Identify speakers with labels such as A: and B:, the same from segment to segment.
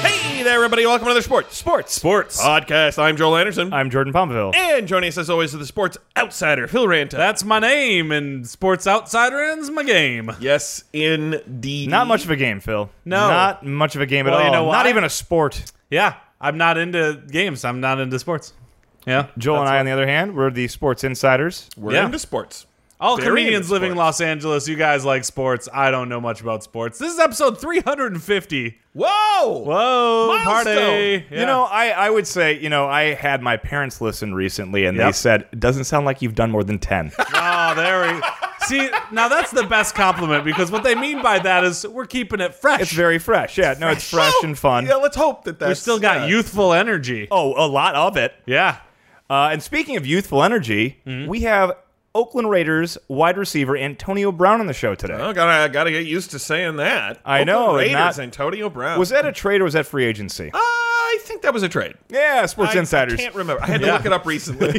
A: Hey there, everybody. Welcome to another sports, sports,
B: Sports.
A: podcast. I'm Joel Anderson.
B: I'm Jordan Palmville.
A: and joining us, as always, is the sports outsider, Phil Ranta.
C: That's my name, and Sports Outsider is my game.
A: yes, indeed.
B: Not much of a game, Phil.
C: No.
B: Not much of a game at
C: Well,
B: all.
C: you know
B: Not
C: why?
B: even a sport.
C: Yeah, I'm not into games. I'm not into sports. Yeah,
B: Joel and I, on the other hand, we're the sports insiders.
A: We're
C: Yeah.
A: into sports.
C: all
A: Very
C: comedians
A: into
C: living in
A: sports.
C: Los Angeles. You guys like sports. I don't know much about sports. This is episode 350.
A: Whoa!
C: Whoa,
A: Milestone.
C: party!
B: Oh, You
C: Oh. Yeah.
B: know, I, I would say, you know, I had my parents listen recently, and they
C: Yep.
B: said, it doesn't sound like you've done more than 10.
C: oh, there we. See, now that's the best compliment because what they mean by that is we're keeping it fresh.
B: it's very fresh. Yeah, no, it's fresh and fun.
A: Yeah, let's hope that that's.
C: we still got
A: uh,
C: youthful energy.
B: Oh, a lot of it.
C: Yeah.
B: Uh, and speaking of youthful energy,
C: Mm-hmm.
B: we have Oakland Raiders wide receiver Antonio Brown on the show today.
A: Oh, gotta gotta get used to saying that.
B: I
A: Oakland
B: know, and
A: Raiders,
B: not-
A: Antonio
C: Oh.
A: Brown.
B: Was that a trade or was that free agency?
A: I think that was a trade.
B: Yeah, Sports
A: I-
B: Insiders.
A: I can't remember. I had to
C: Yeah.
A: look it up recently.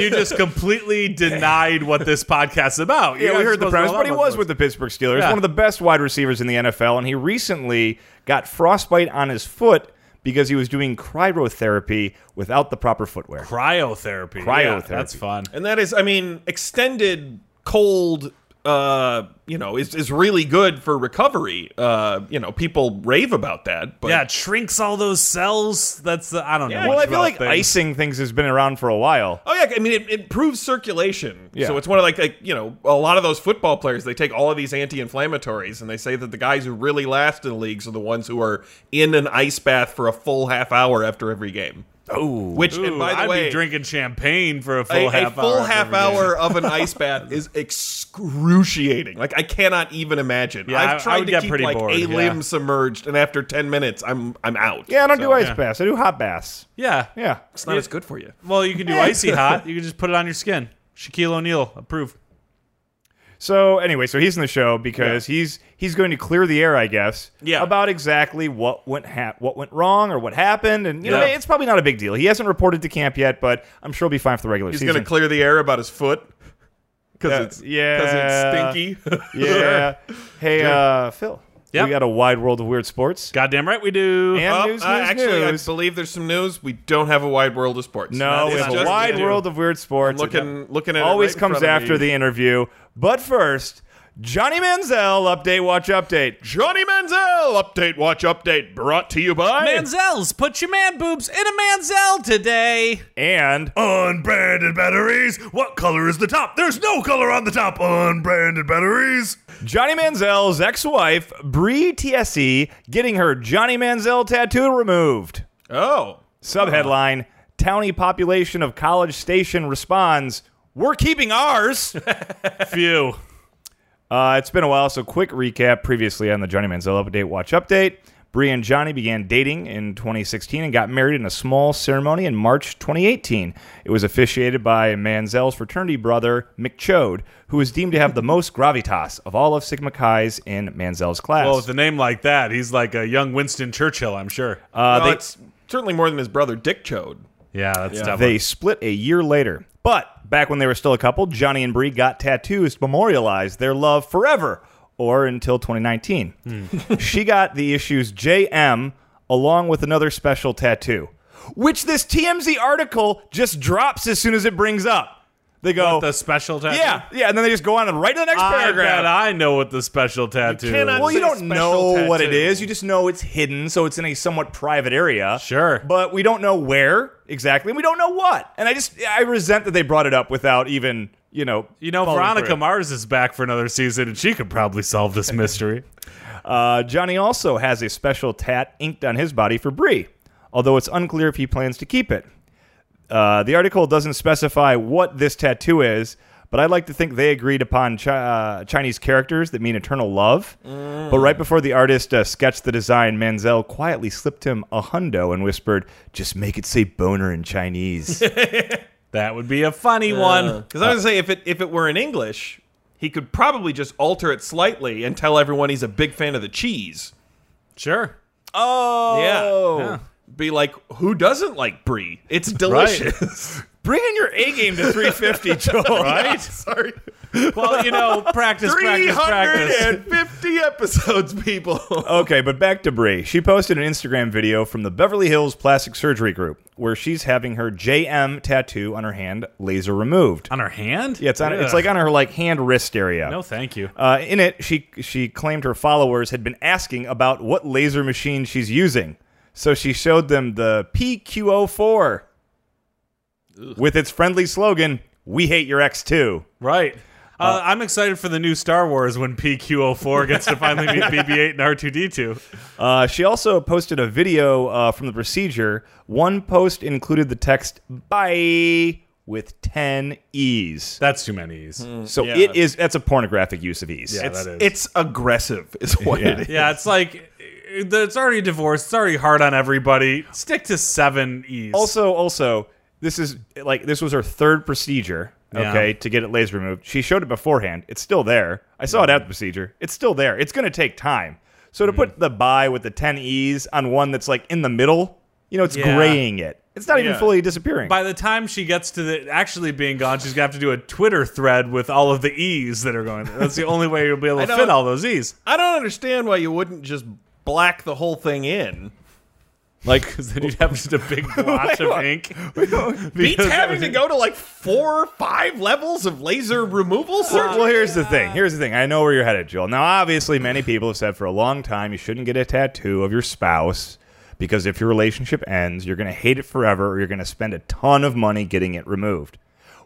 C: You just completely denied what this podcast is about. You
B: Yeah, we
C: guys are
B: heard
C: supposed
B: the
C: to know
B: premise,
C: a lot
B: but he
C: about
B: was
C: sports.
B: with the Pittsburgh Steelers,
C: Yeah.
B: one of the best wide receivers in the NFL, and he recently got frostbite on his foot because he was doing cryotherapy without the proper footwear.
C: cryotherapy.
B: Cryotherapy.
C: Yeah, that's fun.
A: and that is, I mean, extended cold. Uh, you know, is is really good for recovery. Uh, you know, people rave about that. But
C: Yeah, it shrinks all those cells. That's the I don't know.
B: Well,
C: much
B: I feel
C: about
B: like
C: things.
B: icing things has been around for a while.
A: Oh yeah, I mean it it improves circulation.
B: Yeah.
A: So it's one of like, like you know a lot of those football players they take all of these anti-inflammatories and they say that the guys who really last in leagues are the ones who are in an ice bath for a full half hour after every game.
B: Oh,
A: Which
C: Ooh,
A: and by the
C: I'd
A: way,
C: be drinking champagne for a full
A: a, a
C: half
A: full
C: hour.
A: half
C: every day.
A: hour of an ice bath is excruciating. Like I cannot even imagine.
C: Yeah, I- I
A: I've tried
C: would
A: to
C: get
A: keep
C: pretty
A: like
C: bored,
A: a
C: yeah.
A: limb submerged, and after ten minutes, I'm I'm out.
B: yeah, I don't do
A: So,
B: ice baths. I do hot baths.
C: Yeah.
B: Yeah.
A: It's not as good for you.
C: Well, you can do icy hot. You can just put it on your skin. Shaquille O'Neal, approve.
B: So anyway, so he's in the show because he's he's going to clear the air, I guess,
A: Yeah.
B: about exactly what went ha- what went wrong or what happened, and you know
C: Yeah.
B: it's probably not a big deal. He hasn't reported to camp yet, but I'm sure he'll be fine for the regular
A: He's
B: season.
A: gonna clear the air about his foot because
B: Yeah.
A: it's
B: Yeah.
C: Uh,
A: because it's stinky.
B: Yeah. hey, uh, Phil.
C: Yep.
B: We got a wide world of weird sports.
C: Goddamn right we do.
B: And
A: Well,
B: news, news,
A: uh, actually,
B: news.
A: I believe there's some news. We don't have a wide world of sports. That
B: no, we
A: is
B: have a
A: just-
B: wide
A: we do.
B: world of weird sports.
A: looking, looking at
B: It
A: it
B: always
A: right in
B: comes
A: front of
B: after
A: me.
B: the interview. But first, Johnny Manziel update, watch update.
A: Johnny Manziel update. Watch update brought to you by
C: Manzels, put your man boobs in a Manzel today.
B: And uh,
D: Unbranded batteries. What color is the top? There's no color on the top. Unbranded batteries.
B: Johnny Manziel's ex-wife, Bree TSE, E, getting her Johnny Manziel tattoo removed.
A: Oh,
B: Subheadline, Towny population of College Station responds, We're keeping ours.
C: Phew.
B: Uh, it's been a while, so quick recap previously on the Johnny Manziel Update Watch Update. Bree and Johnny began dating in 2016 and got married in a small ceremony in March 2018. It was officiated by Manziel's fraternity brother, Mick Chode, who is deemed to have the most gravitas of all of Sigma Chi's in Manziel's class.
C: Well, with a name like that, he's like a young Winston Churchill, I'm sure.
B: Uh,
A: Well,
B: they-
A: it's certainly more than his brother Dick Chode.
C: yeah, that's tough.
B: They split a year later. But back when they were still a couple, Johnny and Bree got tattoos to memorialize their love forever or until 2019.
C: Hmm.
B: she got the issues JM along with another special tattoo, which this TMZ article just drops as soon as it brings up. They go,
C: the special tattoo.
B: yeah, yeah, and then they just go on and right to the next
C: I
B: paragraph.
C: bet I know what the special tattoo.
A: cannot-
C: is.
B: Well, you
A: It's a
B: don't
A: special
B: know what it
A: tattoo.
B: is. You just know it's hidden, so it's in a somewhat private area.
C: Sure.
B: But we don't know where exactly, and we don't know what. And I just, I resent that they brought it up without even, you know.
C: You know,
B: following
C: Veronica
B: through.
C: Mars is back for another season, and she could probably solve this mystery.
B: Uh, Johnny also has a special tat inked on his body for Bree, although it's unclear if he plans to keep it. Uh, the article doesn't specify what this tattoo is, but I'd like to think they agreed upon chi- uh, Chinese characters that mean eternal love. But right before the artist uh, sketched the design, Manzel quietly slipped him a hundo and whispered, "Just make it say boner in Chinese."
C: that would be a funny one.
A: Because I was gonna say if it if it were in English, he could probably just alter it slightly and tell everyone he's a big fan of the cheese.
C: Sure.
B: Oh,
C: Yeah.
A: Be like, who doesn't like brie? It's delicious.
B: Bring in your A game to 350, Joel. right?
A: Sorry.
C: Well, you know, practice, practice, practice.
A: 350 episodes, people.
B: Okay, but back to Brie. She posted an Instagram video from the Beverly Hills Plastic Surgery Group where she's having her JM tattoo on her hand laser removed.
C: On her hand?
B: Yeah, it's on. It's
C: Ugh.
B: like on her like hand wrist area.
C: No, thank you.
B: Uh, in it, she she claimed her followers had been asking about what laser machine she's using, so she showed them the PQO4 with its friendly slogan "We hate your ex too."
C: Right. Uh, I'm excited for the new Star Wars when PQ04 gets to finally meet BB8 and R2D2.
B: Uh, she also posted a video uh, from the procedure. One post included the text "Bye" with ten e's.
C: That's too many E's.
B: So
A: yeah.
B: it is that's a pornographic use of e's.
C: Yeah, that is.
A: it's aggressive, is what it is.
C: yeah, it's like it's already divorced. It's already hard on everybody. Stick to seven E's.
B: Also, also, this is like this was her third procedure.
C: Yeah.
B: Okay, to get it laser removed. She showed it beforehand. It's still there. I saw it at the procedure. It's still there. It's going to take time. So to
C: Mm-hmm.
B: put the buy with the 10 E's on one that's like in the middle, you know, it's
C: Yeah.
B: graying it. It's not even
A: Yeah.
B: fully disappearing.
C: by the time she gets to the actually being gone, she's gonna have to do a Twitter thread with all of the E's that are going. There. That's the only way you'll be able to
A: know.
C: fit all those E's.
A: I don't understand why you wouldn't just black the whole thing in.
C: Like, then you'd have just a big blotch of ink.
A: Beats
C: Because
A: having to go to like four or five levels of laser removal
B: Well,
A: surgery.
B: well, here's the thing. Here's the thing. I know where you're headed, Joel. Now, obviously, many people have said for a long time you shouldn't get a tattoo of your spouse because if your relationship ends, you're going to hate it forever or you're going to spend a ton of money getting it removed.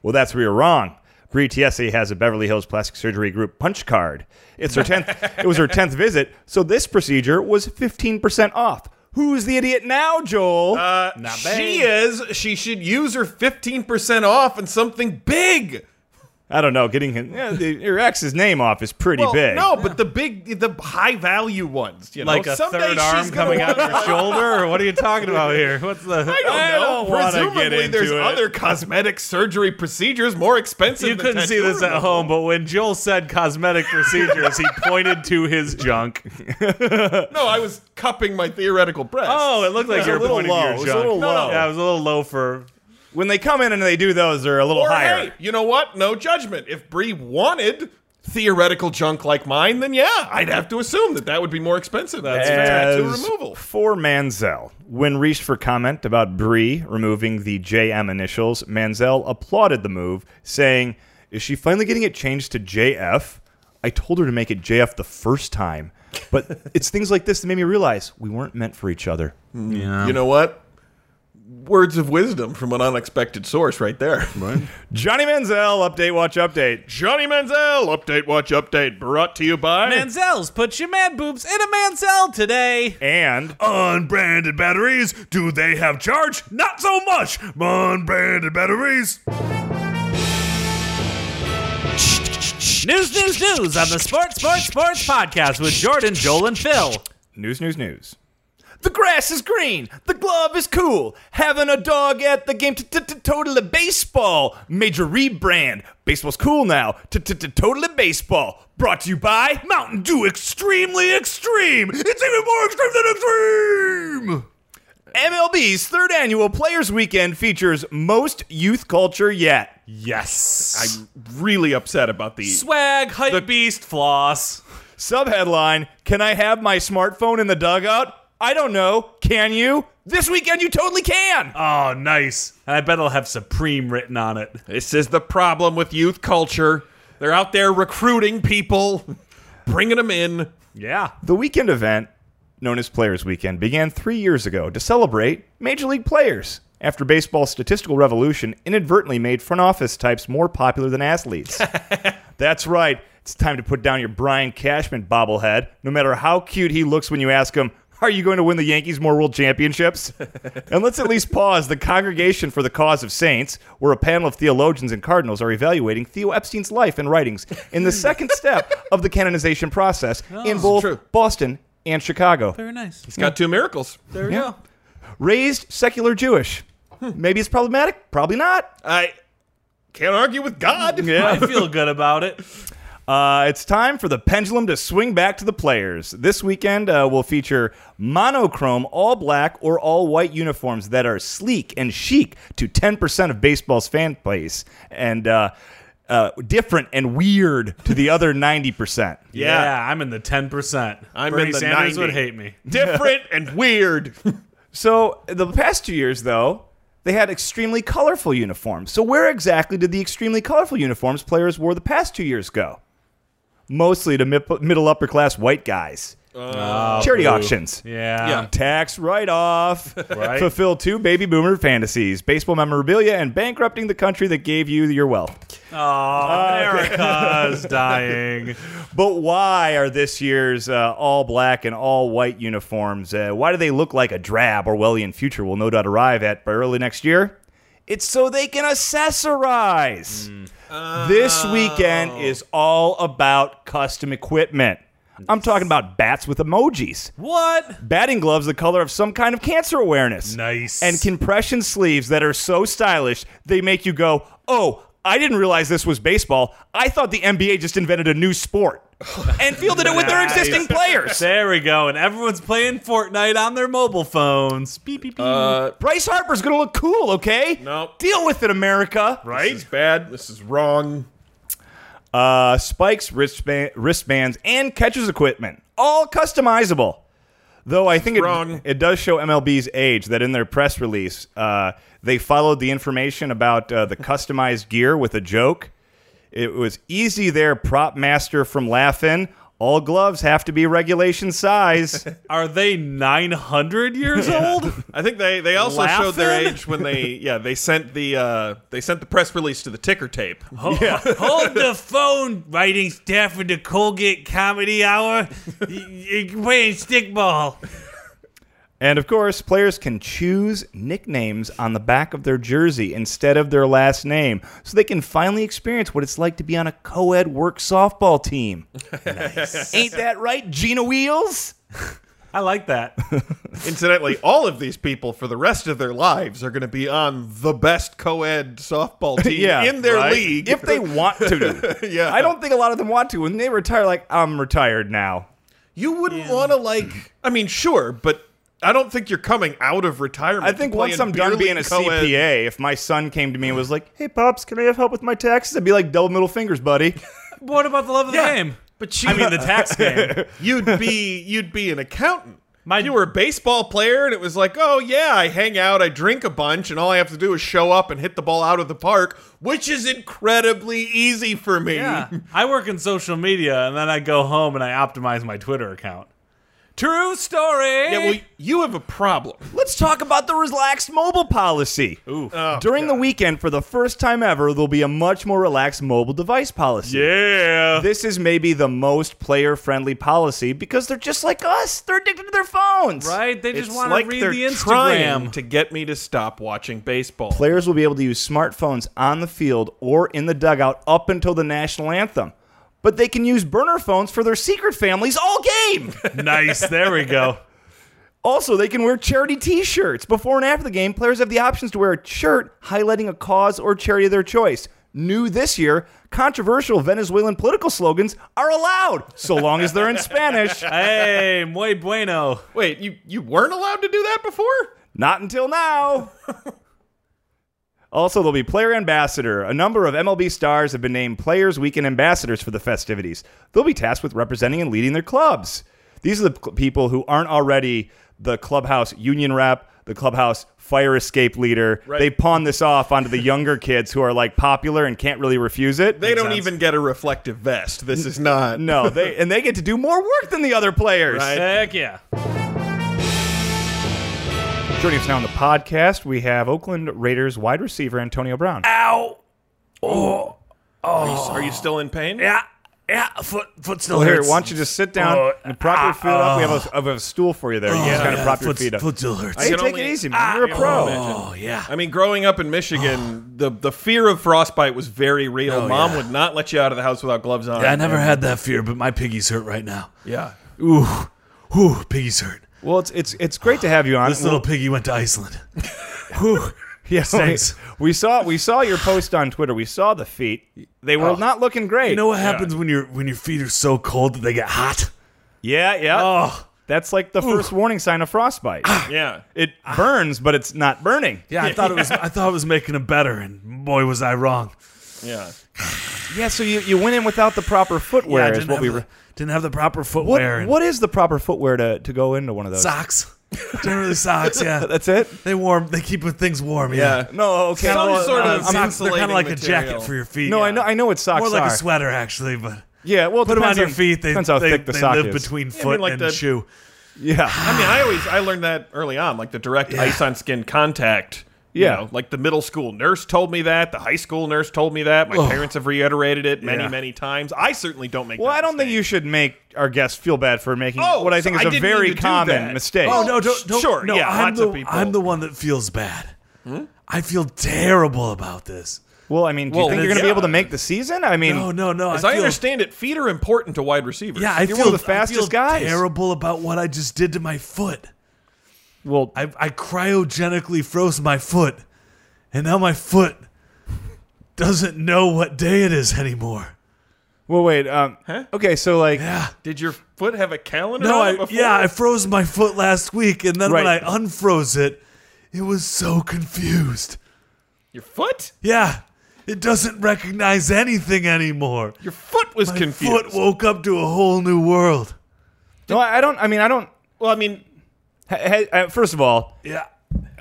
B: Well, that's where you're wrong. Brie Tiesi has a Beverly Hills Plastic Surgery Group punch card. It's her 10th it was her 10th visit, so this procedure was 15% off. Who's the idiot now, Joel?
A: Uh,
C: Not bad.
A: She is. She should use her 15% off on something big.
B: I don't know, getting him, yeah, the, your ex's name off is pretty
A: Well,
B: big.
A: No, but the big, the high value ones. You know,
C: like a
A: Someday
C: third
A: she's
C: arm
A: gonna
C: coming
A: want-
C: out your shoulder, or what are you talking about here? What's the?
A: I don't know.
B: wanna get
A: Presumably, there's
B: into it.
A: other cosmetic surgery procedures more expensive.
C: You
A: than
C: couldn't see
A: tattoo
C: this at
A: removal.
C: home, but when Joel said cosmetic procedures, he pointed to his junk.
A: No, I was cupping my theoretical breast.
C: Oh, it looked like
B: was
C: you
B: a
C: were
B: little
C: pointing
B: low.
C: to
B: It
C: your
B: was a
C: junk.
B: little low.
C: Yeah, it was a little low for.
B: When they come in and they do those, they're a little
A: or
B: higher.
A: hey, you know what? No judgment. If Bree wanted theoretical junk like mine, then yeah, I'd have to assume that that would be more expensive than tattoo
B: As
A: removal.
B: For Manzel, when reached for comment about Bree removing the JM initials, Manzel applauded the move, saying, Is she finally getting it changed to JF? I told her to make it JF the first time. But it's things like this that made me realize we weren't meant for each other.
A: You know what? Words of wisdom from an unexpected source, right there.
B: Johnny Manzel, update, watch, update.
A: Johnny Manziel, update, watch, update, brought to you by
C: Manzel's put your man boobs in a Manzel today.
B: And
E: Unbranded batteries, do they have charge? Not so much. Unbranded batteries.
C: News, news, news on the Sports, Sports, Sports podcast with Jordan, Joel, and Phil.
B: news, news, news. The grass is green. The glove is cool. Having a dog at the game. Totally baseball. Major rebrand. Baseball's cool now. Totally baseball. Brought to you by Mountain Dew Extremely Extreme. It's even more extreme than extreme. MLB's third annual Players Weekend features most youth culture yet.
C: Yes.
A: I'm really upset about the
C: Swag, hype, beast, floss.
B: Subheadline Can I have my smartphone in the dugout? I don't know. Can you? This weekend you totally can. Uh,
C: Oh, nice. And I bet it'll have Supreme written on it.
A: This is the problem with youth culture. They're out there recruiting people, bringing them in.
C: Yeah.
B: The weekend event, known as Players Weekend, began three years ago to celebrate Major League players after baseball's statistical revolution inadvertently made front office types more popular than athletes. That's right. It's time to put down your Brian Cashman bobblehead, no matter how cute he looks when you ask him, Are you going to win the Yankees more world championships? and let's at least pause the Congregation for the Cause of Saints, where a panel of theologians and cardinals are evaluating Theo Epstein's life and writings in the second step of the canonization process in both
A: true.
B: Boston and Chicago.
C: Very nice.
A: He's got two miracles.
C: There we go.
B: Raised secular Jewish. Maybe it's problematic, probably not.
A: I can't argue with God.
C: I feel good about it.
B: Uh, it's time for the pendulum to swing back to the players. This weekend uh, will feature monochrome, all black, or all white uniforms that are sleek and chic to 10% of baseball's fan base and uh, uh, different and weird to the other 90%.
A: Yeah.
F: I'm in the ten percent.
A: I'm
F: Bernie
A: in the
F: Sanders
A: 90.
F: would hate me.
A: Different and weird.
B: So the past two years, though, they had extremely colorful uniforms. So where exactly did the extremely colorful uniforms players wore the past two years go? Mostly to mip middle upper class white guys. Charity auctions.
F: Yeah.
A: Yeah.
B: Tax write off.
F: Right.
B: Fulfill two baby boomer fantasies baseball memorabilia and bankrupting the country that gave you your wealth.
F: America's dying.
B: But why are this year's uh, all black and all white uniforms? Uh, why do they look like a drab Orwellian future will no doubt arrive at by early next year? It's so they can accessorize. This weekend is all about custom equipment. I'm talking about bats with emojis,
F: What?
B: batting gloves the color of some kind of cancer awareness,
F: Nice.
B: and compression sleeves that are so stylish they make you go, "Oh, I didn't realize this was baseball. I thought the NBA just invented a new sport and fielded it with their
F: Nice.
B: existing players."
F: There we go, and everyone's playing Fortnite on their mobile phones. Beep beep beep.
B: Bryce Harper's gonna look cool, okay?
A: Nope.
B: Deal with it, America.
A: This is bad. This is wrong.
B: uh, spikes, wristband, wristbands, and catcher's equipment, all customizable. Though I think
A: Wrong.
B: it, it does show MLB's age that in their press release, uh, they followed the information about uh, the customized gear with a joke. It was easy there, prop master from Laughing. All gloves have to be regulation size.
F: Are they 900 years old?
A: I think they they also showed their
F: Laughing?
A: age when they yeah they sent the uh, they sent the press release to the ticker tape.
C: Oh,
F: Hold the phone, writing staff of the Colgate Comedy Hour. You're playing stickball.
B: And of course, players can choose nicknames on the back of their jersey instead of their last name, so they can finally experience what it's like to be on a co ed work softball team. Ain't that right, Gina Wheels?
F: I like that.
A: Incidentally, all of these people for the rest of their lives are going to be on the best co-ed softball team in their
B: right?
A: league.
B: If they want to.
A: Yeah.
B: I don't think a lot of them want to. When they retire, like, I'm retired now.
A: you wouldn't want to like. I mean, sure, but I don't think you're coming out of retirement.
B: I
A: to
B: think
A: play
B: once
A: in
B: I'm
A: beer
B: done being a
A: league co-ed.
B: CPA, if my son came to me and was like, hey, Pops, can I have help with my taxes? I'd be like, double middle fingers, buddy.
F: What about the love of the
A: Yeah,
F: game? But you, I mean the tax game.
A: you'd be you'd be an accountant. If you were a baseball player, and it was like, oh yeah, I hang out, I drink a bunch, and all I have to do is show up and hit the ball out of the park, which is incredibly easy for me.
F: Yeah. I work in social media, and then I go home and I optimize my Twitter account. True story.
A: Yeah, well, you have a problem.
B: Let's talk about the relaxed mobile policy. During the weekend, for the first time ever, there'll be a much more relaxed mobile device policy.
F: yeah.
B: This is maybe the most player friendly policy because they're just like us. They're addicted to their phones.
F: Right? They just
A: It's
F: want
A: like
F: to read
A: they're
F: the
A: trying
F: Instagram.
A: to get me to stop watching baseball.
B: Players will be able to use smartphones on the field or in the dugout up until the national anthem. But they can use burner phones for their secret families all game.
F: nice. There we go.
B: Also, they can wear charity t shirts. Before and after the game, players have the options to wear a shirt highlighting a cause or charity of their choice. New this year, controversial Venezuelan political slogans are allowed, so long as they're in Spanish.
F: Hey, muy bueno.
A: Wait, you you weren't allowed to do that before?
B: Not until now. Also, there'll be player ambassador. A number of MLB stars have been named Players Weekend ambassadors for the festivities. They'll be tasked with representing and leading their clubs. These are the p- people who aren't already the clubhouse union rep, the clubhouse fire escape leader. They pawn this off onto the younger kids who are like popular and can't really refuse it.
A: They don't even get a reflective vest. This is not.
B: no, they and they get to do more work than the other players.
A: Right.
F: Heck yeah.
B: Joining us now on the podcast, we have Oakland Raiders wide receiver Antonio Brown.
A: Are you still in pain?
C: Yeah, yeah, foot, foot still
B: Well, here,
C: hurts.
B: why don't you just sit down
C: Oh, ah,
B: and prop your feet up? We have a, we have a stool for you there. you just kind of prop your
C: foot,
B: feet up.
C: Foot still hurts.
B: Hey,
A: can
B: take
A: only-
B: it easy, man.
C: ah,
B: You're a pro.
C: Oh, yeah.
A: I mean, growing up in Michigan, the the fear of frostbite was very real. Mom would not let you out of the house without gloves on.
C: I never had that fear, but my piggies hurt right now.
A: Yeah.
C: Ooh, ooh, piggies hurt.
B: Well, it's it's it's great to have you on.
C: This little piggy went to Iceland.
B: Yeah, we,
C: Thanks.
B: we saw we saw your post on Twitter. We saw the feet. They were not looking great.
C: Oh. You know what happens when your when your feet are so cold that they get hot?
B: yeah, yeah.
C: Oh, Ah.
B: That's like the first warning sign of frostbite.
A: Yeah.
B: it burns, but it's not burning.
C: yeah. I thought it was. I thought it was making them better, and boy, was I wrong.
A: Yeah.
B: Yeah, so you, you went in without the proper
C: Yeah, I
B: footwear is
C: didn't
B: what
C: have
B: we
C: the-
B: were.
C: didn't have the proper
B: What,
C: footwear. and
B: what is the proper footwear to, to go into one of those?
C: socks? Generally socks. Yeah,
B: That's it?
C: they warm. They keep things warm.
A: Yeah.
C: Yeah.
B: No, okay.
A: Some
B: well,
A: sort
B: uh,
A: of
B: I'm-
C: socks. They're kind of
A: insulating
C: like a
A: material.
C: jacket for your feet.
B: no,
C: yeah.
B: I know I know what socks
C: More like
B: are.
C: a sweater, actually, but
B: Yeah, well, it
C: put them on
B: depends
C: your feet. They,
B: depends how
C: they-
B: thick the
C: they
B: sock
C: live
B: is.
C: between
A: I mean,
C: foot
A: like
C: and
A: the-
C: shoe.
B: yeah,
A: I mean, I always I learned that early on, like the direct ice on skin contact. you
B: Yeah.
A: know, like the middle school nurse told me that. The high school nurse told me that. My parents have reiterated it many,
C: Yeah.
A: many times. I certainly don't make.
B: Well,
A: that
B: I don't think
A: mistake.
B: you should make our guests feel bad for making
A: Oh,
B: what I think
A: so
B: is
A: I
B: a
A: didn't mean
B: very
A: to do
B: common
A: that.
B: mistake.
A: Oh,
C: Oh no, don't,
A: sh-
C: don't
A: sure,
C: No,
A: yeah,
C: I'm
A: lots
C: the,
A: of people. Hmm?
C: I'm the one that feels bad. I feel terrible about this.
B: Well, I mean, do you
A: Well,
B: think you're going to be
A: yeah.
B: able to make the season? I mean,
C: No, no, no.
A: As I,
C: I, feel,
A: understand it, feet are important to wide receivers.
C: Yeah, I
B: you're
C: feel
B: one of the
C: I feel
B: fastest guys.
C: Terrible about what I just did to my foot.
B: well,
C: I, I cryogenically froze my foot, and now my foot doesn't know what day it is anymore.
B: well, wait. Um, Okay, so like,
C: Yeah.
A: Did your foot have a calendar?
C: No,
A: on it
C: I
A: before?
C: yeah, I froze my foot last week, and then when I
B: Right.
C: unfroze it, it was so confused.
A: your foot.
C: Yeah, it doesn't recognize anything anymore.
A: Your foot was
C: My
A: confused.
C: foot woke up to a whole new world.
B: no, I don't. I mean, I don't.
A: well, I mean,
B: ha- ha- uh, First of all,
C: Yeah,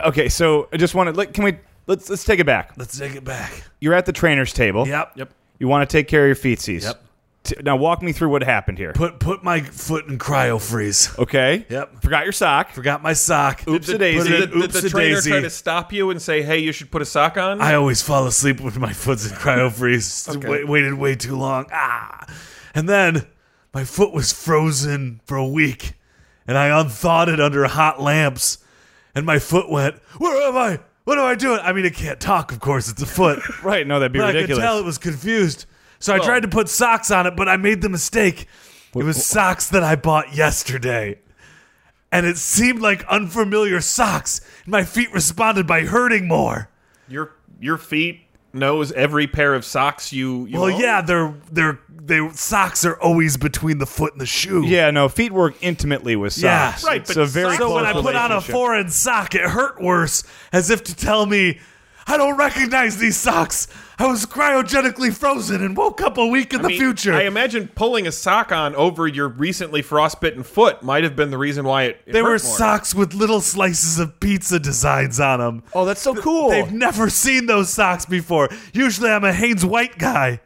B: okay, so I just wanted. Like, can we let's let's take it back?
C: let's take it back.
B: You're at the trainer's table.
C: Yep.
A: yep.
B: You want to take care of your feetsies.
C: Yep.
B: T- now walk me through what happened here.
C: Put put my foot in cryo freeze.
B: Okay.
C: Yep.
B: Forgot your sock.
C: Forgot my sock.
B: Oops a
A: Did,
B: daisy.
A: did, did the
C: Oopsie
A: trainer
C: daisy.
A: try to stop you and say, "Hey, you should put a sock on"?
C: I always fall asleep with my foot's in cryo freeze. Wait, waited way too long. Ah. And then my foot was frozen for a week and I unthawed it under hot lamps and my foot went, Where am I? What am I doing? I mean, it can't talk, of course. It's a foot.
B: Right. No, that'd be
C: but
B: ridiculous.
C: I could tell it was confused. So I tried to put socks on it, but I made the mistake. It was socks that I bought yesterday. And it seemed like unfamiliar socks. My feet responded by hurting more.
A: your your feet knows every pair of socks you. you
C: Well,
A: own?
C: yeah, their their their socks are always between the foot and the shoe.
B: Yeah, no, feet work intimately with
C: Yeah.
B: socks.
A: Right,
B: It's
A: but
B: a very
A: socks-
C: So when I
B: close
C: put on a
B: relationship.
C: foreign sock, it hurt worse, as if to tell me, I don't recognize these socks. I was cryogenically frozen and woke up a week in the
A: I mean,
C: future.
A: I imagine pulling a sock on over your recently frostbitten foot might have been the reason why it. it
C: they
A: hurt
C: were
A: more.
C: socks with little slices of pizza designs on them.
B: Oh, that's so cool.
C: They've never seen those socks before. Usually I'm a Haynes White guy.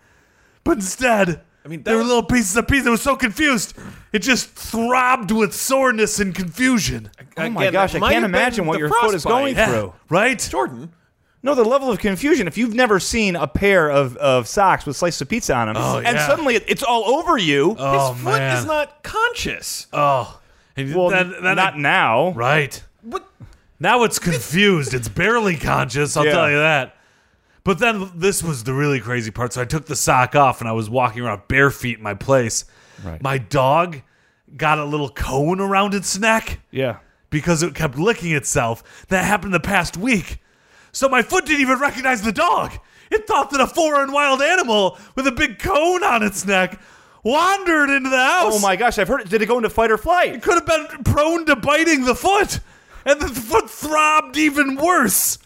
C: But instead, I
A: mean,
C: mean, they were
A: that-
C: little pieces of pizza. It was so confused. It just throbbed with soreness and confusion.
B: oh my
A: Again,
B: gosh,
A: that
B: I
A: might
B: can't
A: have been
B: imagine what
A: the
B: your foot is
A: frostbite.
B: going
C: Yeah,
B: through.
C: right?
A: Jordan.
B: No, the level of confusion. If you've never seen a pair of, of socks with slices of pizza on them,
C: Oh,
B: and
C: yeah.
B: suddenly it- it's all over you.
C: Oh,
A: his foot
C: man.
A: is not conscious.
C: Oh. And
B: well,
C: then, then
B: not
C: I-
B: now.
C: right.
A: What?
C: Now it's confused. it's barely conscious, I'll
B: Yeah.
C: tell you that. But then this was the really crazy part. So I took the sock off and I was walking around bare feet in my place.
B: Right.
C: My dog got a little cone around its neck.
B: Yeah.
C: because it kept licking itself. That happened the past week. So my foot didn't even recognize the dog. It thought that a foreign wild animal with a big cone on its neck wandered into the house.
B: Oh my gosh, I've heard it. Did it go into fight or flight?
C: Could have been prone to biting the foot. And the foot throbbed even worse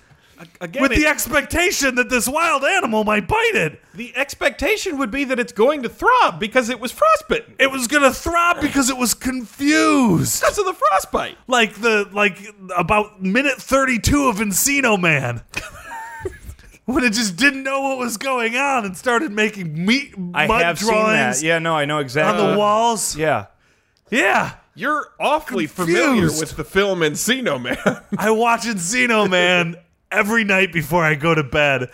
A: Again,
C: with
A: it-
C: the expectation that this wild animal might bite it.
A: the expectation would be that it's going to throb because it was frostbitten
C: It was going to throb because it was confused.
A: because of the frostbite.
C: Like the like about minute 32 of Encino Man. when it just didn't know what was going on and started making meat
B: I
C: mud
B: have seen
C: drawings
B: that. Yeah, no, I know
C: on
B: exactly.
C: the walls. Yeah.
B: Yeah.
A: You're awfully familiar
C: Confused.
A: with the film Encino Man.
C: I watch Encino Man every night before I go to bed.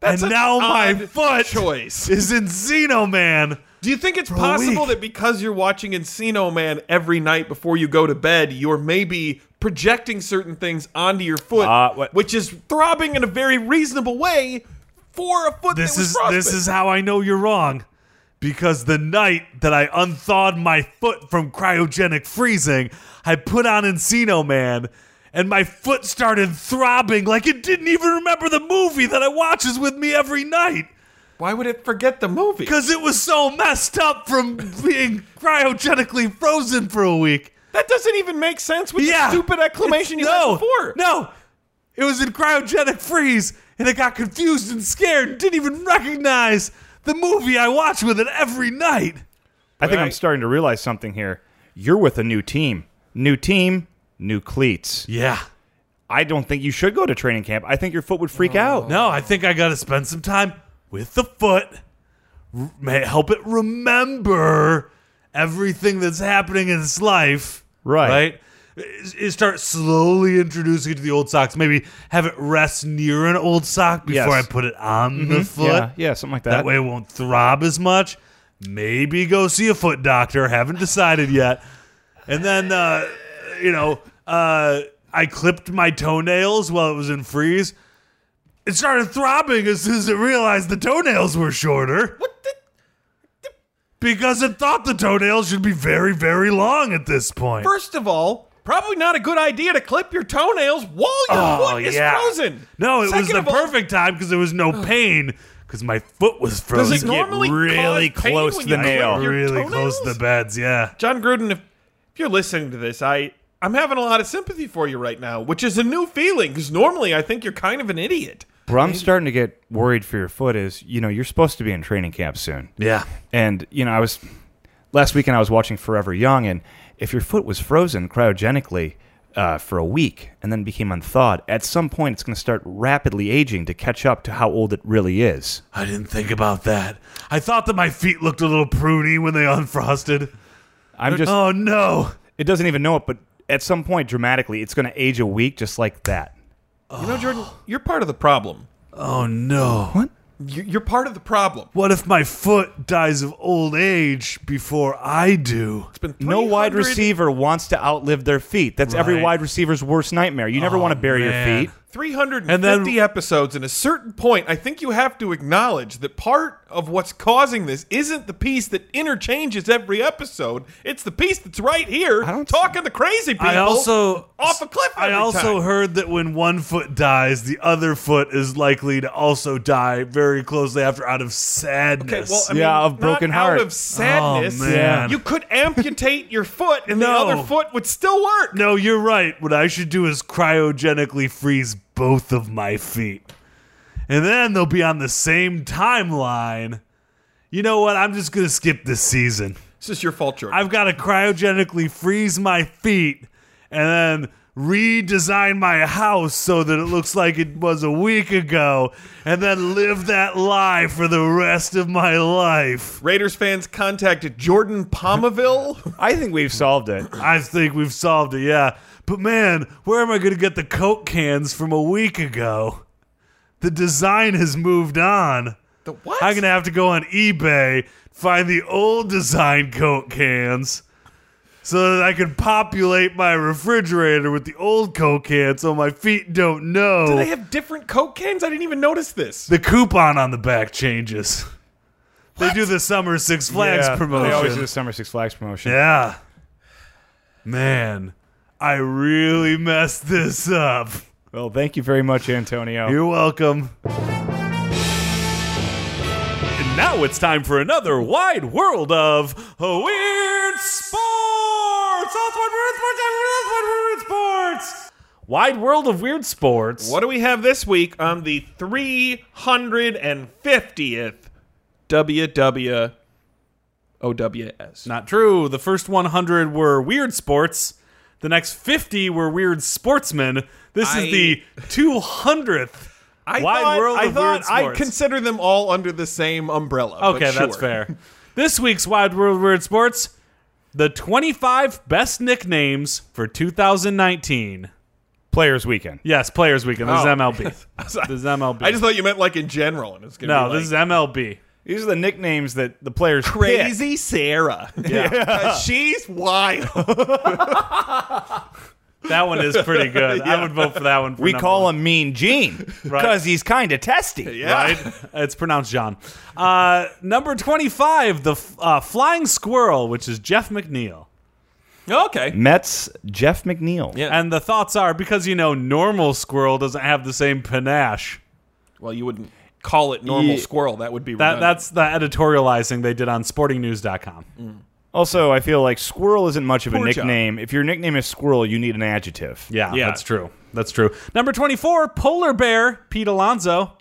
A: That's
C: and
A: an
C: now Oh my
A: odd
C: foot
A: choice.
C: is Encino Man.
A: Do you think it's
C: a
A: possible
C: week.
A: that because you're watching Encino Man every night before you go to bed, you're maybe projecting certain things onto your foot,
B: Uh, what-
A: which is throbbing in a very reasonable way for a foot
C: This
A: that was
C: is
A: frostbitten?
C: this is how I know you're wrong. Because the night that I unthawed my foot from cryogenic freezing, I put on Encino Man and my foot started throbbing like it didn't even remember the movie that I watches with me every night
A: Why would it forget the movie?
C: because it was so messed up from being cryogenically frozen for a week.
A: That doesn't even make sense with
C: yeah.
A: the stupid exclamation
C: It's-
A: you
C: no,
A: had before.
C: No, it was in cryogenic freeze, and I got confused and scared and didn't even recognize the movie I watch with it every night.
B: I think
A: Right.
B: I'm starting to realize something here. You're with a new team. New team, new cleats.
C: Yeah.
B: I don't think you should go to training camp. I think your foot would freak out.
C: No, I think I got to spend some time with the foot, r- may help it remember everything that's happening in its life.
B: Right.
C: Right. Is- is Start slowly introducing it to the old socks. Maybe have it rest near an old sock before
B: Yes.
C: I put it on the foot.
B: Yeah, yeah, something like that.
C: That way it won't throb as much. Maybe go see a foot doctor. Haven't decided yet. And then, uh, you know, uh, I clipped my toenails while it was in freeze. It started throbbing as soon as it realized the toenails were shorter. What Because it thought the toenails should be very, very long at this point.
A: First of all, probably not a good idea to clip your toenails while your foot is frozen.
C: Oh, No, it
A: Second
C: was the
A: of all,
C: perfect time because there was no pain because my foot was frozen.
A: Does it normally
B: get really
A: cause pain
B: close
A: when
B: to the
A: you clip
B: nail.
A: your
C: really close to
A: toenails?
C: the beds, yeah.
A: John Gruden, if, if you're listening to this, I I'm having a lot of sympathy for you right now, which is a new feeling because normally I think you're kind of an idiot.
B: Where I'm starting to get worried for your foot is, you know, you're supposed to be in training camp soon.
C: Yeah.
B: And, you know, I was last weekend I was watching Forever Young and if your foot was frozen cryogenically uh, for a week and then became unthawed, at some point it's going to start rapidly aging to catch up to how old it really is.
C: I didn't think about that. I thought that my feet looked a little pruny when they unfrosted.
B: I'm just
C: Oh no.
B: it doesn't even know it, but at some point dramatically it's going to age a week just like that.
A: You know, Jordan, you're part of the problem.
C: Oh no.
B: What?
A: You- You're part of the problem.
C: What if my foot dies of old age before I do?
A: It's been
B: No wide
A: 300
B: receiver wants to outlive their feet. That's every
C: Right. Oh,
B: wide receiver's worst nightmare. You never want to bury
C: man.
B: your feet.
A: 350
C: And then-
A: episodes and a certain point i think you have to acknowledge that part of what's causing this isn't the piece that interchanges every episode it's the piece that's right here
B: don't-
A: talking to crazy people
C: I also
A: off a cliff
C: I
A: every
C: also
A: time.
C: heard that when one foot dies, the other foot is likely to also die very closely after out of
A: Okay,
C: sadness.
A: well, I
B: Yeah,
A: mean,
B: of broken
A: not
B: heart.
A: out of sadness
C: Oh, man.
A: you could amputate your foot and
C: No.
A: the other foot would still work
C: No, you're right. What I should do is cryogenically freeze both of my feet. And then they'll be on the same timeline. You know what? I'm just going to skip this season.
A: this is your fault Jordan.
C: I've got to cryogenically freeze my feet and then redesign my house so that it looks like it was a week ago and then live that lie for the rest of my life.
A: raiders fans contacted jordan palmaville
B: I think we've solved it.
C: I think we've solved it, yeah. But man, where am I going to get the Coke cans from a week ago? The design has moved on.
A: the what
C: I'm going to have to go on eBay, find the old design Coke cans so that I can populate my refrigerator with the old Coke cans so my feet don't know.
A: do they have different coke cans i didn't even notice this
C: the coupon on the back changes. They do the summer Six Flags
B: Yeah, They always do
C: promotion.
B: the Summer Six Flags promotion.
C: Yeah. Man, I really messed this up.
B: Well, thank you very much, Antonio.
C: You're welcome. And now it's time for another wide world of weird sports. That's what weird sports. That's what weird sports. Wide world of weird sports.
A: What do we have this week on the 350th WWOWS?
C: Not true. The first 100 were weird sports. The next 50 were weird sportsmen. This
A: I-
C: is the 200th.
A: I
C: Wide
A: thought,
C: world
A: I
C: of
A: thought
C: weird
A: I
C: sports.
A: consider them all under the same umbrella. but
C: Okay, that's
A: sure.
C: fair. This week's Wide World of Weird Sports, the 25 best nicknames for 2019.
B: Players Weekend.
C: Yes, Players Weekend. This is
A: Oh.
C: MLB. This is MLB.
A: I just thought you meant like in general, and it's gonna
C: no,
A: be
C: this is MLB.
B: These are the nicknames that the players pick.
A: crazy Sarah.
C: Yeah.
A: 'Cause she's wild.
C: That one is pretty good. I would vote for that one. For
B: We
C: number
B: call
C: one.
B: him Mean Gene because he's kind of testy.
A: Yeah.
C: right? It's pronounced John. Uh, number 25, the f- uh, Flying Squirrel, which is Jeff McNeil.
A: Okay.
B: Mets Jeff McNeil.
A: Yeah.
C: And the thoughts are because you know normal squirrel doesn't have the same panache.
A: Well, you wouldn't call it normal
B: Ye-
A: squirrel. That would be
C: That
A: redundant.
C: that's the editorializing they did on sportingnews.com.
B: Also, I feel like squirrel isn't much of a
A: Poor job.
B: nickname. If your nickname is squirrel, you need an adjective.
C: Yeah,
A: Yeah.
C: that's true. That's true. Number 24, polar bear Pete Alonso.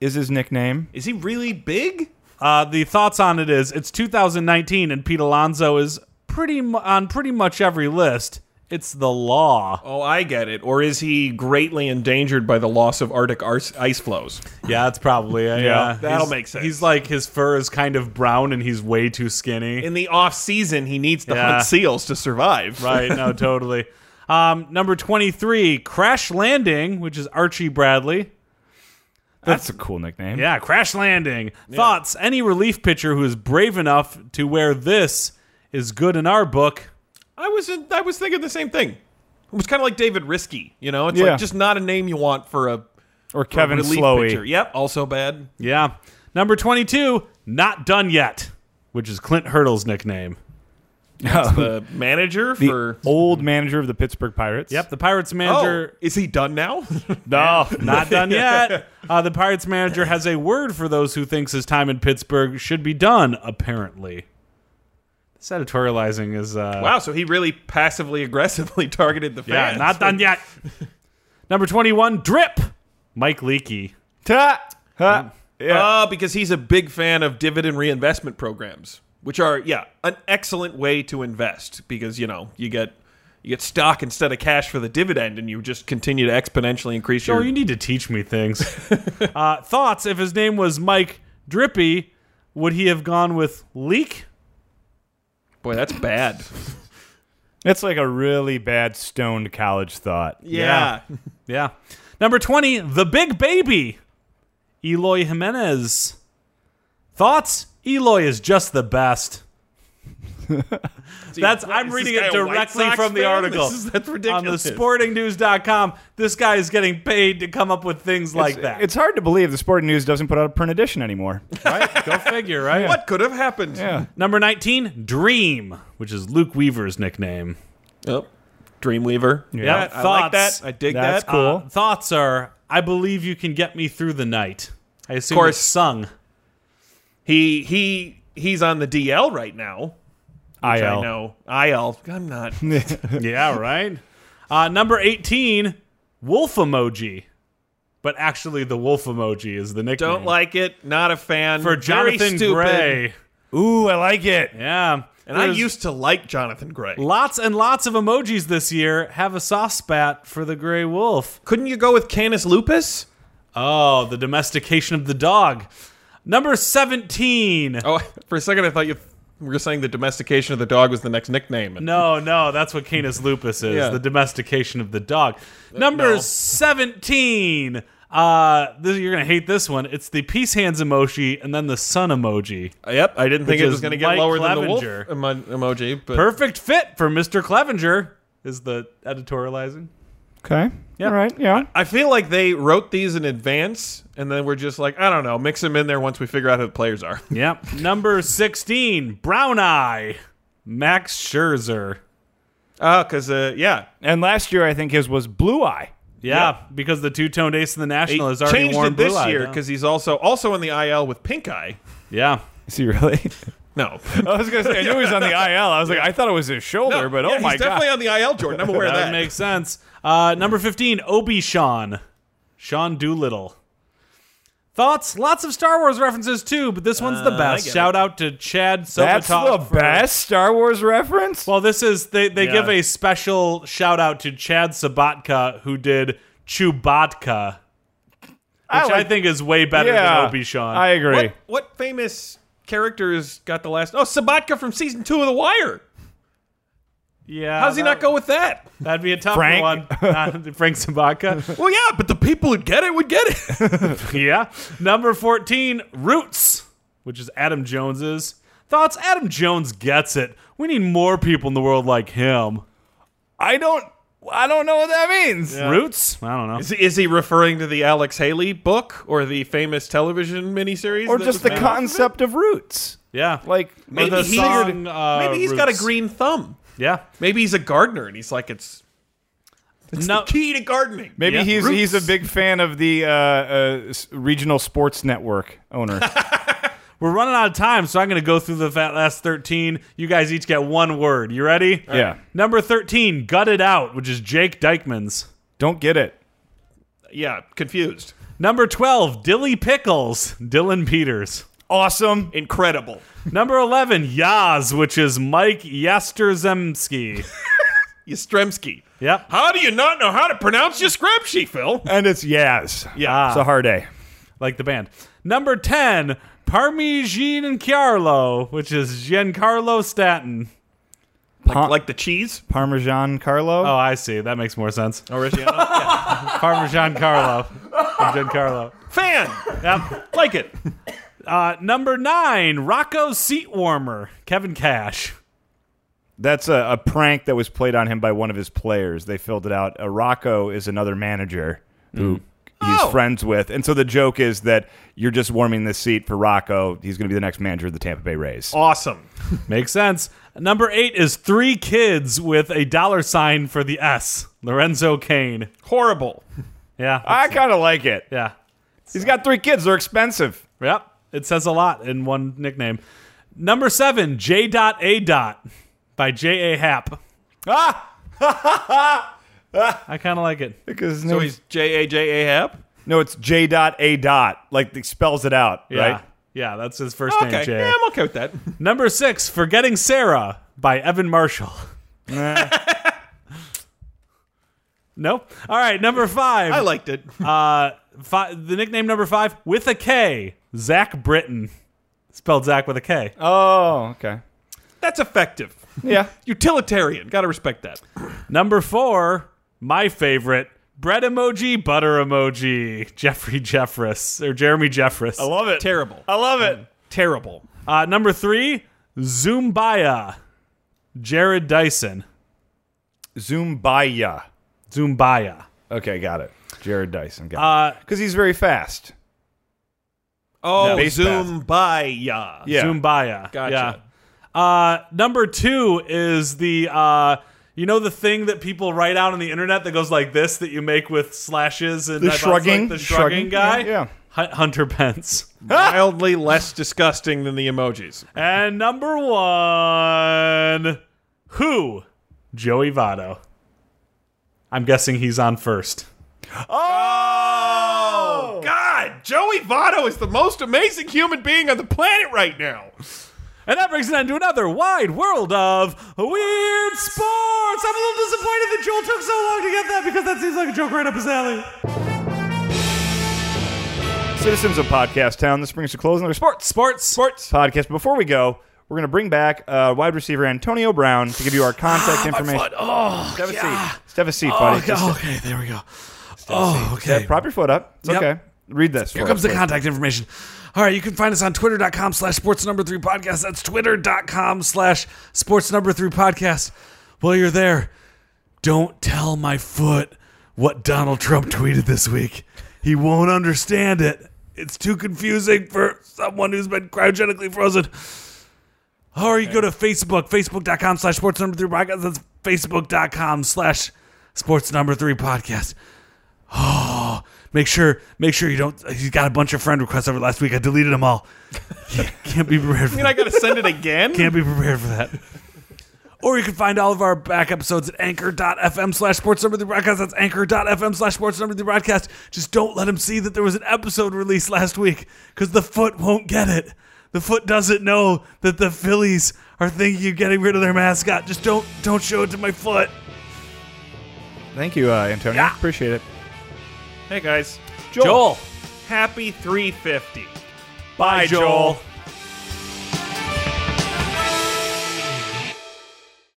B: Is his nickname?
A: Is he really big?
C: Uh, the thoughts on it is it's 2019 and Pete Alonso is pretty mu- on pretty much every list. It's the law.
A: Oh, I get it. Or is he greatly endangered by the loss of Arctic arse- ice flows?
C: Yeah, that's probably it.
B: Yeah,
C: yeah.
A: that'll
C: He's-
A: make sense.
C: He's like his fur is kind of brown and he's way too skinny.
A: In the off season, he needs to
C: Yeah.
A: hunt seals to survive.
C: right, no, totally. Um, number 23, Crash Landing, which is Archie Bradley.
B: That's a cool nickname.
C: Yeah, crash landing. Thoughts? Any relief pitcher who is brave enough to wear this is good in our book.
A: I was I was thinking the same thing. It was kind of like David Risky, you know. It's
B: Yeah.
A: like just not a name you want for a
B: Or Kevin
A: relief
B: Slowey.
A: pitcher. Yep, also bad.
C: Yeah. Number 22, not done yet, which is Clint Hurdle's nickname.
A: Oh. The manager
B: The
A: for
B: old manager of the Pittsburgh Pirates.
C: Yep, the Pirates
A: oh,
C: manager.
A: is he done now?
B: No,
C: Not done yet. Uh, the Pirates manager has a word for those who thinks his time in Pittsburgh should be done. Apparently, this editorializing is uh,
A: wow, so he really passively aggressively targeted the
C: yeah,
A: fans.
C: not done yet. Number twenty-one, drip, Mike Leakey.
B: Ta- ha. Yeah.
A: Uh, because he's a big fan of dividend reinvestment programs, which are yeah an excellent way to invest because you know you get you get stock instead of cash for the dividend, and you just continue to exponentially increase
C: Oh,
A: your.
C: you need to teach me things. uh, thoughts? If his name was Mike Drippy, would he have gone with Leak?
A: boy, that's bad.
B: That's like a really bad stoned college thought.
A: yeah.
C: Yeah. Number 20, The Big Baby, Eloy Jimenez. Thoughts? Eloy is just the best. That's I'm
A: Is
C: reading
A: this
C: it
A: guy a White
C: directly
A: Sox
C: from the
A: fan?
C: article.
A: This is- that's
C: On the
A: ridiculous.
C: sportingnews.com, this guy is getting paid to come up with things like that.
B: It's hard to believe the Sporting News doesn't put out a print edition anymore.
C: right? Go figure, right?
A: What could have happened?
B: Yeah.
C: Number 19, Dream, which is Luke Weaver's nickname.
A: Oh, Dreamweaver.
B: Yeah.
A: I like that.
C: Thoughts?
A: I dig
B: That's
A: that.
B: cool.
C: Uh, thoughts are I believe you can get me through the night. I assume
A: course.
C: it's sung.
A: He he he's on the DL right now.
B: I
A: Which I
C: Oh.
A: know. IL. I'm not.
C: yeah, right? Uh, number 18, wolf emoji. But actually, the wolf emoji is the nickname.
A: Don't like it. Not a fan.
C: For
A: Very
C: Jonathan
A: stupid.
C: Gray.
B: Ooh, I like it.
C: Yeah.
A: And I used to like Jonathan Gray.
C: Lots and lots of emojis this year have a soft spat for the gray wolf.
A: Couldn't you go with Canis Lupus?
C: Oh, the domestication of the dog. Number 17.
A: Oh, for a second I thought you were saying the domestication of the dog was the next nickname. And
C: No, no, that's what Canis lupus is
A: Yeah.
C: the domestication of the dog. Number
A: no.
C: 17. Uh, this, you're going to hate this one. It's the peace hands emoji and then the sun emoji.
A: Yep, I didn't think
C: Which
A: it
C: is
A: was going to get
C: Mike
A: lower
C: Clevenger.
A: than the wolf emo- emoji. But
C: Perfect fit for Mr. Clevenger, is the editorializing.
B: Okay. All right. Yeah.
A: I feel like they wrote these in advance, and then we're just like, I don't know, mix them in there once we figure out who the players are.
C: Yep. Number 16, Brown Eye, Max Scherzer.
A: Oh, because uh, yeah,
B: And last year, I think his was Blue Eye.
C: Yeah, because the two toned ace in the
A: he
C: National is already
A: changed
C: worn
A: it this
C: blue eye
A: year
C: now.
A: because he's also also in the IL with pink eye.
C: yeah.
B: Is he really?
A: No,
B: I was gonna say I knew he was on the IL. I was like, I thought it was his shoulder, but
A: yeah,
B: oh my
A: he's
B: god.
A: definitely on the IL, Jordan. I'm aware of
C: That
A: that.
C: would make sense. Uh, number 15, Obi Sean. Sean Doolittle. Thoughts? Lots of Star Wars references too, but this one's the
A: I
C: best.
A: get it.
C: Shout out to Chad
B: That's the
C: Sobotok. for-
B: best Star Wars reference.
C: Well, this is they, they
A: Yeah.
C: give a special shout out to Chad Sabatka who did Chewbacca, which I,
B: like-
C: think is way better
B: yeah,
C: than Obi Sean.
B: I agree.
A: what, what famous characters got the last? Oh, Sabatka from season two of The Wire.
C: yeah,
A: How's he
C: that-
A: not go with that?
C: That'd be a tough
B: Frank?
C: one. Not Frank Sabatka.
A: Well, yeah, but the people who get it would get it.
C: Yeah. Number 14, Roots, which is Adam Jones's. Thoughts? Adam Jones gets it. We need more people in the world like him.
B: I don't I don't know what that means.
C: Roots? I don't know.
A: Is he, is he referring to the Alex Haley book or the famous television miniseries?
B: Or
A: that
B: just the
A: was made?
B: concept of roots.
C: Yeah.
B: Like
A: Maybe
C: the
A: he's,
C: song, uh,
A: maybe he's got a
C: Roots.
A: green thumb.
C: yeah.
A: Maybe he's a gardener and he's like, it's, it's
C: No-
A: the key to gardening.
B: maybe
C: Yeah.
B: he's he's a
C: Roots.
B: big fan of the uh, uh, s- regional sports network owner.
C: We're running out of time, so I'm going to go through the fat last 13. You guys each get one word. You ready?
B: yeah.
C: Number 13, Gut It Out, which is Jake Dykman's.
B: Don't get it.
A: Yeah, confused.
C: Number 12, Dilly Pickles, Dylan Peters.
B: Awesome.
A: Incredible.
C: Number 11, Yaz, which is Mike Yasterzemski.
A: Yastrzemski.
C: Yep.
A: How do you not know how to pronounce Yastrzemski, Phil?
B: And it's Yaz.
C: Yeah.
B: It's a hard A.
C: like the band. Number 10, Parmigian and Carlo, which is Giancarlo Staten.
B: Par-
A: like the cheese?
B: Parmesan Carlo.
C: Oh, I see. That makes more sense.
A: Origiano?
C: Parmesan Carlo. From Giancarlo.
A: Fan!
C: Yep. Like it. Uh, number 9, Rocco Seat Warmer, Kevin Cash.
B: That's a, a prank that was played on him by one of his players. They filled it out. Uh, Rocco is another manager who he's
A: Oh.
B: friends with. And so the joke is that you're just warming this seat for Rocco. He's going to be the next manager of the Tampa Bay Rays.
A: Awesome.
C: Makes sense. Number 8 is Three Kids with a dollar sign for the S, Lorenzo Kane.
A: Horrible.
C: Yeah.
B: I kind of like it.
C: yeah.
B: He's got three kids. They're expensive.
C: Yep. It says a lot in one nickname. Number seven, J. Dot A. Dot by J. A. Happ.
B: Ah!
C: I kind of like it.
B: Because his
A: So
B: name-
A: he's J A J A Hap?
B: no, it's J dot A dot. Like, it spells it out,
C: Yeah.
B: right?
C: Yeah, that's his first
A: Okay.
C: name, J. A.
A: Yeah, I'm okay with that.
C: Number six, Forgetting Sarah by Evan Marshall. nope. All right, number five.
A: I liked it.
C: uh, fi- the nickname number five, with a K, Zach Britton. Spelled Zach with a K.
B: Oh, okay.
A: That's effective.
B: Yeah.
A: Utilitarian. Gotta respect that.
C: Number four, my favorite, bread emoji, butter emoji, Jeffrey Jeffress or Jeremy Jeffress.
B: I love it.
A: Terrible.
B: I love it.
A: Terrible.
C: Uh, number three, Zumbaya, Jared Dyson,
B: Zumbaya.
C: Zumbaya.
B: Okay, got it. Jared Dyson. Got
C: Uh,
B: Because he's very fast.
A: Oh,
B: Base path.
A: Zumbaya.
B: Yeah.
C: Zumbaya.
A: Gotcha.
C: Yeah. Uh, number two is the uh, you know the thing that people write out on the internet that goes like this that you make with slashes and
B: The
C: that's
B: shrugging-
C: like the shrugging,
B: shrugging,
C: guy.
B: yeah, yeah.
C: Hun- Hunter Pence.
A: Mildly less disgusting than the emojis.
C: And number one, who? Joey Votto. I'm guessing he's on first.
A: Oh, God! Joey Votto is the most amazing human being on the planet right now.
C: And that brings an end to another wide world of weird sports. I'm a little disappointed that Joel took so long to get that because that seems like a joke right up his alley.
B: Citizens of Podcast Town. This brings to close another sports
C: Sports. Sports.
B: podcast. Before we go, we're going to bring back uh, wide receiver Antonio Brown to give you our contact information.
C: Oh,
B: Have a seat. Just have a seat, buddy. Just
C: okay, there we go. Oh, okay.
B: prop your foot up. It's
C: Yep.
B: okay. Read this.
C: Here comes the contact information. All right, you can find us on twitter.com slash sports number three podcast. That's twitter.com slash sports number three podcast. While you're there, don't tell my foot what Donald Trump tweeted this week. He won't understand it. It's too confusing for someone who's been cryogenically frozen. Or you go to Facebook, facebook.com slash sports number three podcast. That's facebook.com slash sports number three podcast. Oh, Make sure, make sure you don't. He's got a bunch of friend requests over last week. I deleted them all. Can't, can't be prepared for
A: I mean, I
C: that.
A: gotta send it again?
C: Can't be prepared for that. Or you can find all of our back episodes at anchor.fm slash sports number the broadcast. That's anchor.fm slash sports number the broadcast. Just don't let him see that there was an episode released last week because the foot won't get it. The foot doesn't know that the Phillies are thinking of getting rid of their mascot. Just don't don't show it to my foot.
B: Thank you, uh, Antonio.
C: Yeah.
B: Appreciate it.
A: Hey, guys.
B: Joel.
A: Happy 350.
B: Bye, Joel.